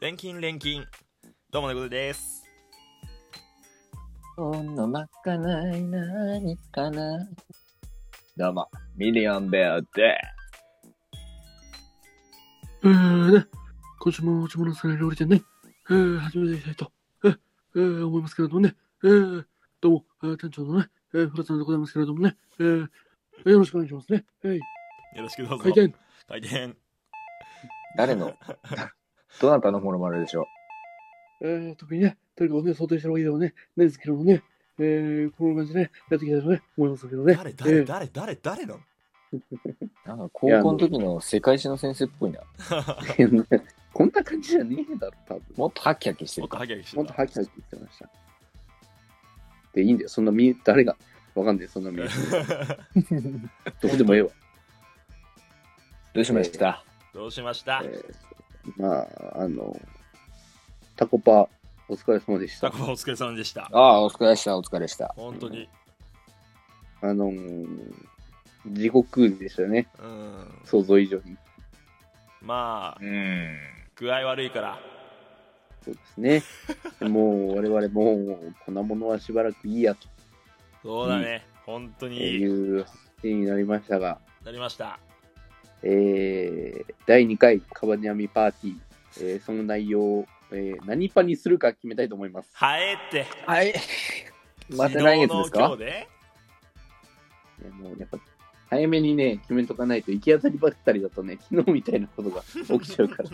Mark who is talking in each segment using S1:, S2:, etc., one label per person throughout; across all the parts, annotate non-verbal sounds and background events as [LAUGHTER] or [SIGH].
S1: 錬金錬金どうもねことです
S2: ほんのまかない何かな。どうも、ミリオンベアで
S3: えーね、今週もおちものされ料理店ね、えー、始めていきたいと、えーえー思いますけれどもね、えー、どうも、えー店長のね、えー、フラさんでございますけれどもね、えー、よろしくお願いしますね。えい、
S1: よろしくどうぞ
S3: 回転、
S1: 回転
S2: 誰 [LAUGHS] のどなたのものまねでしょ
S3: えー、特にね、誰かをね、想定してるわけではね、ないですけれどもね、えー、この感じでね、やっていきたいとね、思いますけどね。
S1: 誰
S3: え
S1: 誰
S3: ー
S1: 誰誰誰なの
S2: う。なんか高校の時の世界史の先生っぽいな。
S4: こんな感じじゃねえだろ、多分。
S2: もっとハキハキして
S1: も
S2: る
S1: っと
S2: か。
S1: ハキハキして
S4: も
S1: た
S4: っとハキハキ言ってました。で、いいんだよ。そんな見え、誰が、わかんない、そんな見え。
S1: [LAUGHS]
S4: どこでもええわ。
S2: どうしました、
S1: どうしました
S4: えーまあ、あの、タコパ、お疲れ様でした。
S1: タコパお疲れ様でした
S2: ああ、お疲れでした、お疲れでした。
S1: 本当に
S4: あのー地獄でしたね。
S1: うん
S4: 想像以上に。
S1: まあ
S2: うん。
S1: 具合悪いから
S4: そうですね。もう、我々もう、こんなものはしばらくいいや、と
S1: そうだね本当
S4: い
S1: に
S4: う発見になりましたが、
S1: なりました
S4: えー第2回カバニャミパーティー、えーその内容を、えー何パにするか決めたいと思います。
S1: はえって
S2: はい。また来月です
S1: 昨日の今
S2: か
S1: 日で
S4: いやもうやっぱ早めにね、決めとかないと行き当たりばったりだとね、昨日みたいなことが起きちゃ
S1: [LAUGHS]
S4: うから。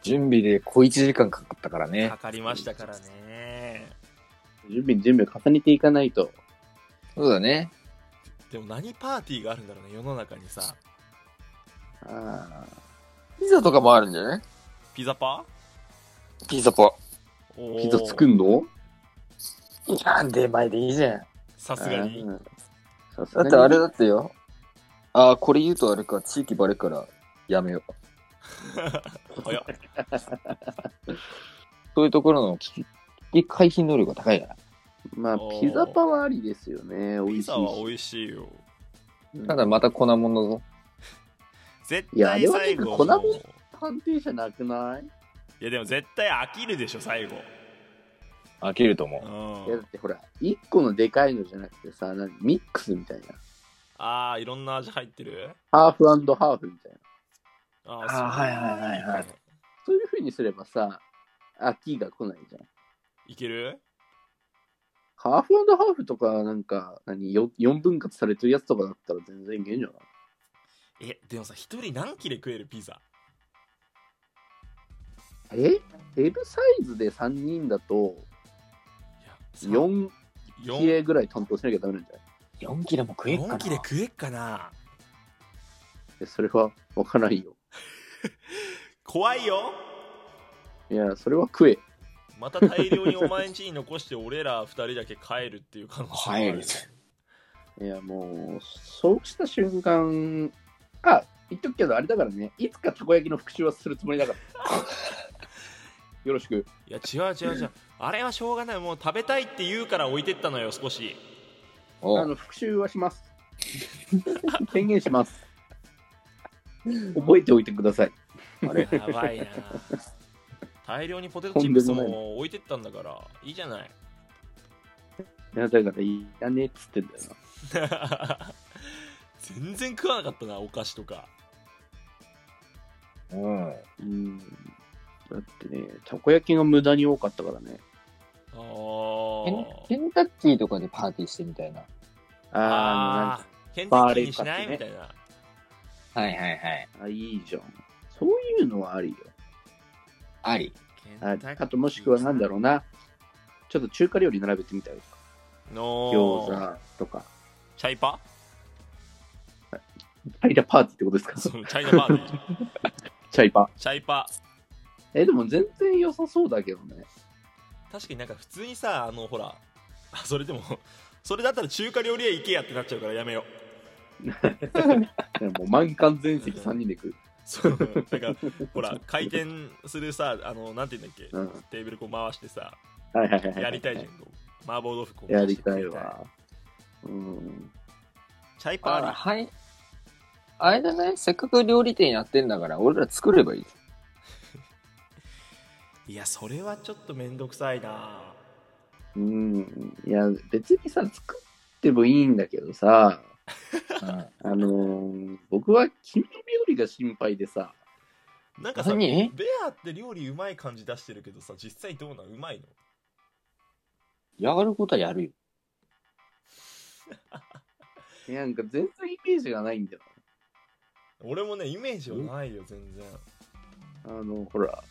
S2: 準備で小1時間かかったからね
S1: か。かりましたからね
S4: 準備、準備を重ねていかないと。
S2: そうだね。
S1: でも何パーティーがあるんだろうね世の中にさ
S4: あ
S2: ピザとかもあるんじゃない
S1: ピザパ
S2: ピザパ。
S1: お
S4: ー
S1: ー
S4: ピザ作んの
S2: いや、出前でいいじゃん。
S1: さすが [LAUGHS] に
S4: あーさす
S2: だ
S4: が
S2: っ
S4: に
S2: てあれだってよ。ああ、これ言うとあれか、地域バレからやめよう。
S1: 早っ
S2: そういうところの危機危機回避能力が高いじゃない。
S4: まあ、
S1: おー
S4: ピザパはありですよね。美
S1: ピ
S4: 味しいし
S1: ザ。は美味しいよ
S2: ただまた粉ものぞ。
S1: 絶
S4: いやあ
S1: 対
S4: れ
S1: 最後
S4: はなんか粉も
S1: もう
S4: 探偵じゃなくない
S1: いやでも絶対飽きるでしょ最後
S2: 飽きると思
S4: いや、だ
S1: うん
S4: ってほら、1個のでかいのじゃなくてさ、何ミックスみたいな。
S1: ああいろんな味入ってる
S4: ハーフハーフみたいな。
S1: あ
S2: あー
S1: そう
S2: はいはいはいはい。
S4: そういう風にすればさ、飽きが来ないじゃん。
S1: いける
S4: ハーフハーフとか、なんか、何、よ4分割されてるやつとかだったら全然いけんじゃない
S1: えでもさ一人何切れ食えるピザ
S4: え ?L サイズで3人だと、4
S1: 4
S4: 切れぐらい担当しなきゃダメなんじゃないう
S2: 4キロも食えっかな。
S1: 切れ食えっかない
S4: やそれは分からんよ。
S1: 怖いよ
S4: いや、それは食え。
S1: また大量にお前ん家に残して俺ら二人だけ帰るっていう可能性もあ
S2: 帰る。
S4: いや、もう、そうした瞬間、あ、言っとくけど、あれだからね、いつかたこ焼きの復習はするつもりだから。よろしく。
S1: いや違う違う違うあれはしょうがないもう食べたいって言うから置いてったのよ少し
S4: あ
S2: お
S4: の、復習はします。 [LAUGHS] 宣言します。覚えておいてください。
S2: あれ
S1: [LAUGHS] やばいな大量にポテトチップスも置いてったんだからいいじゃない [LAUGHS]
S4: いや、だから、いらねえっつってんだよな。
S1: 全然食わなかったなお菓子とか
S2: うん。
S4: うん。だってね、たこ焼きが無駄に多かったからね。
S1: あ
S2: ケン
S1: ー
S2: ケンタッキーとかでパーティーしてみたいな。
S4: あ
S1: あーケンタッキーにしない
S4: バ
S1: み
S4: ー
S1: た
S4: レ
S1: いな
S2: はいはいはい。
S4: あ、なんあ、いいじゃん。そういうのはありよ。
S2: あり。
S4: ああと、もしくはなんだろうな。ちょっと中華料理並べてみたりとか。
S1: うの
S4: 餃子とか。
S1: チャイパ [LAUGHS]
S4: チャイラパーティーってことです
S1: そ
S4: か
S1: のチャイナパーティ
S4: [LAUGHS]
S1: ー
S4: チャイパ。
S1: チャイパ
S4: え、でも全然良さそうだけどね。
S1: 確かになんか普通にさあのほらあそれでもそれだったら中華料理屋行けやってなっちゃうからやめよう
S4: でももう満館全席3人で食う。
S1: そうなんかほら回転するさあのなんて言うんだっけ、
S4: うん
S1: テーブルこう回してさ
S4: はいはいはいはい。
S1: やりたいじゃんこう麻婆豆腐こう
S4: やりたいわ。うん。
S1: チャイパ
S2: あ
S1: ー
S2: はい。あれだね、せっかく料理店やってんだから、俺ら作ればいい。
S1: いやそれはちょっと面倒くさいな
S4: うん。いや、別にさ、作ってもいいんだけどさ、
S2: うん
S4: あのー僕は君の料理が心配でさ、
S1: なんかさベ
S2: 何
S1: アって料理うまい感じ出してるけどさ実際どうなんうまいの
S2: やることはやるよ。
S4: いやなんか全然イメージがないんだよ。
S1: 俺もねイメージはないよ全然
S4: あの、ほら、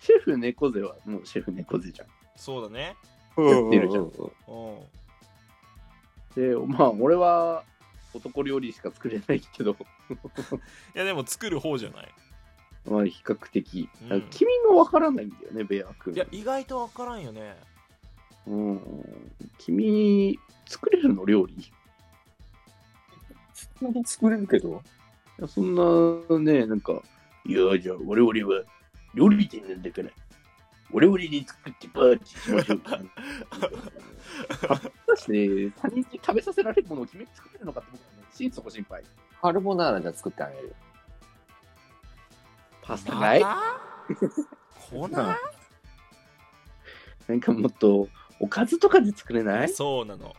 S4: シェフ猫背はもうシェフ猫背じゃん。
S1: そうだね
S4: やってるじゃん。
S1: うん
S4: で、まあ、俺は男料理しか作れないけど、 [LAUGHS]
S1: いやでも作る方じゃない
S4: まあ、比較的。
S1: うん
S4: なんか君がわからないんだよね、ベア君。
S1: いや意外と分からんよね
S4: うん。君、作れるの料理い
S2: 普通に作れるけど。
S4: やそんな、ね、なんか、いや、じゃあ、我々は料理店なんだから、我々に作ってパーティーしましょう。果たして、他人に食べさせられるものを君が作れるのかって僕はね、心底心配。
S2: カルボナーラじゃ作ってあげる。
S4: パスタ
S1: ま
S4: ない
S1: たこな
S4: なんかもっと、おかずとかで作れない
S1: そうなの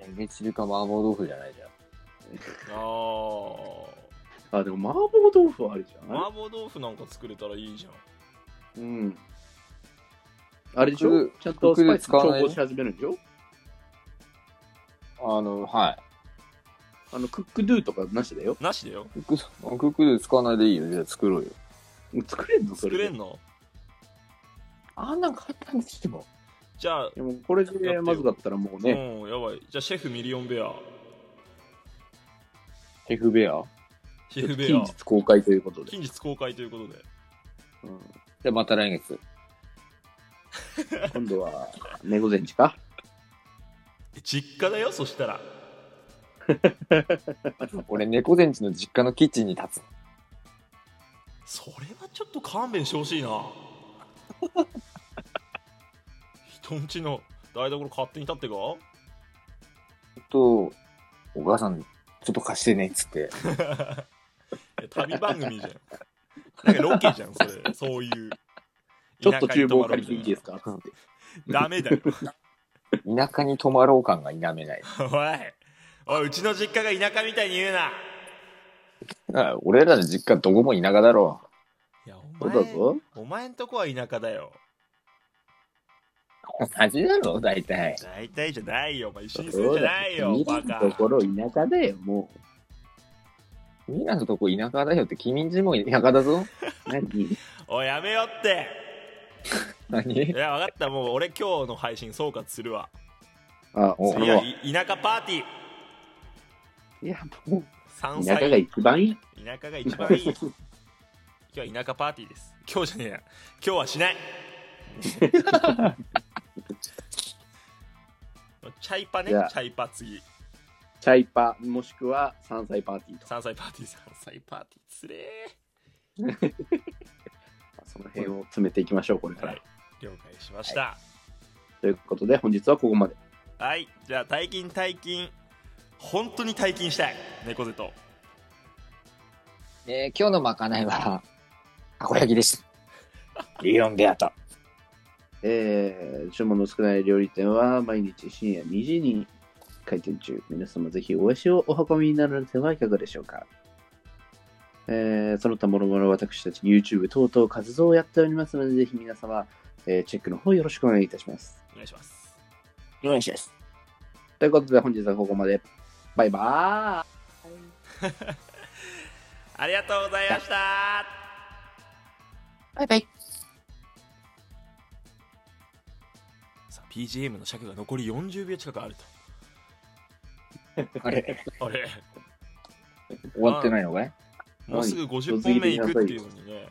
S2: エビチリか麻婆豆腐じゃないじゃん。
S1: あ
S4: あ、でも麻婆豆腐はあるじ
S1: あ
S4: ゃん。
S1: 麻婆豆腐なんか作れたらいいじゃん
S4: うん。あれでしょ
S2: 僕
S4: ちゃんとスパイ
S2: 僕
S4: ス
S2: 使わ
S4: 調
S2: ないよ
S4: 合し始めるんでしょ
S2: あの、はい。
S4: あの、クックドゥとかなしだよ。
S1: なしだよ
S2: クッククックで使わないでいいよ。じゃあ作ろうよ。
S4: 作れんのそ
S1: 作
S4: れで。
S1: れんの
S2: あんなん簡単にしても。
S1: じゃあ
S4: でもこれでまずかったらもうね、
S1: うんやばいじゃあシェフミリオンベア
S2: ヘフベア
S1: シェフベ
S4: 近
S1: ア
S4: 日公開ということで。
S1: 近日公開ということで
S4: うん
S2: じゃあまた来月。
S4: 今度は、猫前地か
S1: 実家だよそしたら
S2: 俺、猫前地の実家のキッチンに立つ。
S1: それはちょっと勘弁してほしいな [LAUGHS] 人んちの台所勝手に立ってか
S2: ちょっと、お母さん、ちょっと貸してね、っつって。
S1: いや旅番組じゃんなんかロケじゃんそれそういう
S4: ちょっと厨房借りていいですすかつって。
S1: ダメだよ
S2: 田舎に泊まろう感が否め [LAUGHS] ない。
S1: おいおいうちの実家が田舎みたいに言うな
S2: あ俺らの実家どこも田舎だろ
S1: いや
S4: そ
S1: お
S4: う
S1: 前
S4: だぞ。
S1: お前んとこは田舎だよ
S2: う。同じだろ、大体。
S1: 大体じゃないよお前一緒にするんじゃないよ
S4: 見
S1: バ
S4: る
S1: カ
S4: ところ田舎だよ、もう。
S2: ミラのとこ田舎だよって、君んちも田舎だぞ。
S4: 何
S1: おいやめよってい
S2: 何
S1: や分かったもう俺今日の配信総括するわ
S4: あ、
S2: お
S4: そ
S1: い
S4: れ
S1: や
S4: は。
S1: い田舎パーティー
S4: いや、もう、
S1: 山
S4: 田舎
S1: 菜
S4: が一番いい。
S1: 田舎が一番いい今日は田舎パーティーです今日じゃねえや今日はし
S4: [LAUGHS]
S1: ないチャイパねチ
S4: じゃあ
S1: ャイパ次
S4: チャイパ、もしくは山菜パーティーとか。
S1: 山菜パーティー山菜パーティーつれ
S4: その辺を詰めていきましょう、これ
S1: ー
S4: か
S1: は
S4: ら
S1: い。了解しました
S4: ということで、本日はここまで。
S1: はい、じゃあ退勤退勤本当に退勤したい猫背と
S2: [LAUGHS] えー今日のまかないは、たこ焼きでした。リオンベアと。
S4: えー、注文の少ない料理店は毎日深夜2時に開店中。皆様ぜひお足をお運びになられてはいかがでしょうか。えー、その他もろもろ私たち YouTube 等々活動をやっておりますので、ぜひ皆様、えーチェックの方よろしくお願いいたします。
S1: お願いします
S2: お願いします。
S4: ということで本日はここまで。バイバーイ
S1: ありがとうございました
S2: バイバイ。
S1: さあ PGM の尺が残り40秒近くある
S2: あれ、
S1: とあれ
S2: 終わってないのかい
S1: もうすぐ50本目いくっていうのにね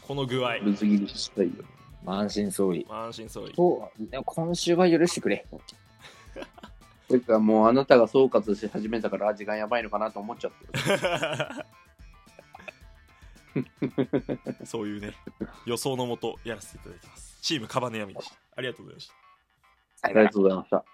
S1: この具合
S4: ぶつ切りしたいよ。
S2: 満身創痍。
S1: 安心そう
S2: と、でも今週は許してくれ。
S4: てかもうあなたが総括し始めたから時間やばいのかなと思っちゃってる。
S1: そういうね予想のもとやらせていただきますチームカバネヤミでしたありがとうございました
S4: ありがとうございました。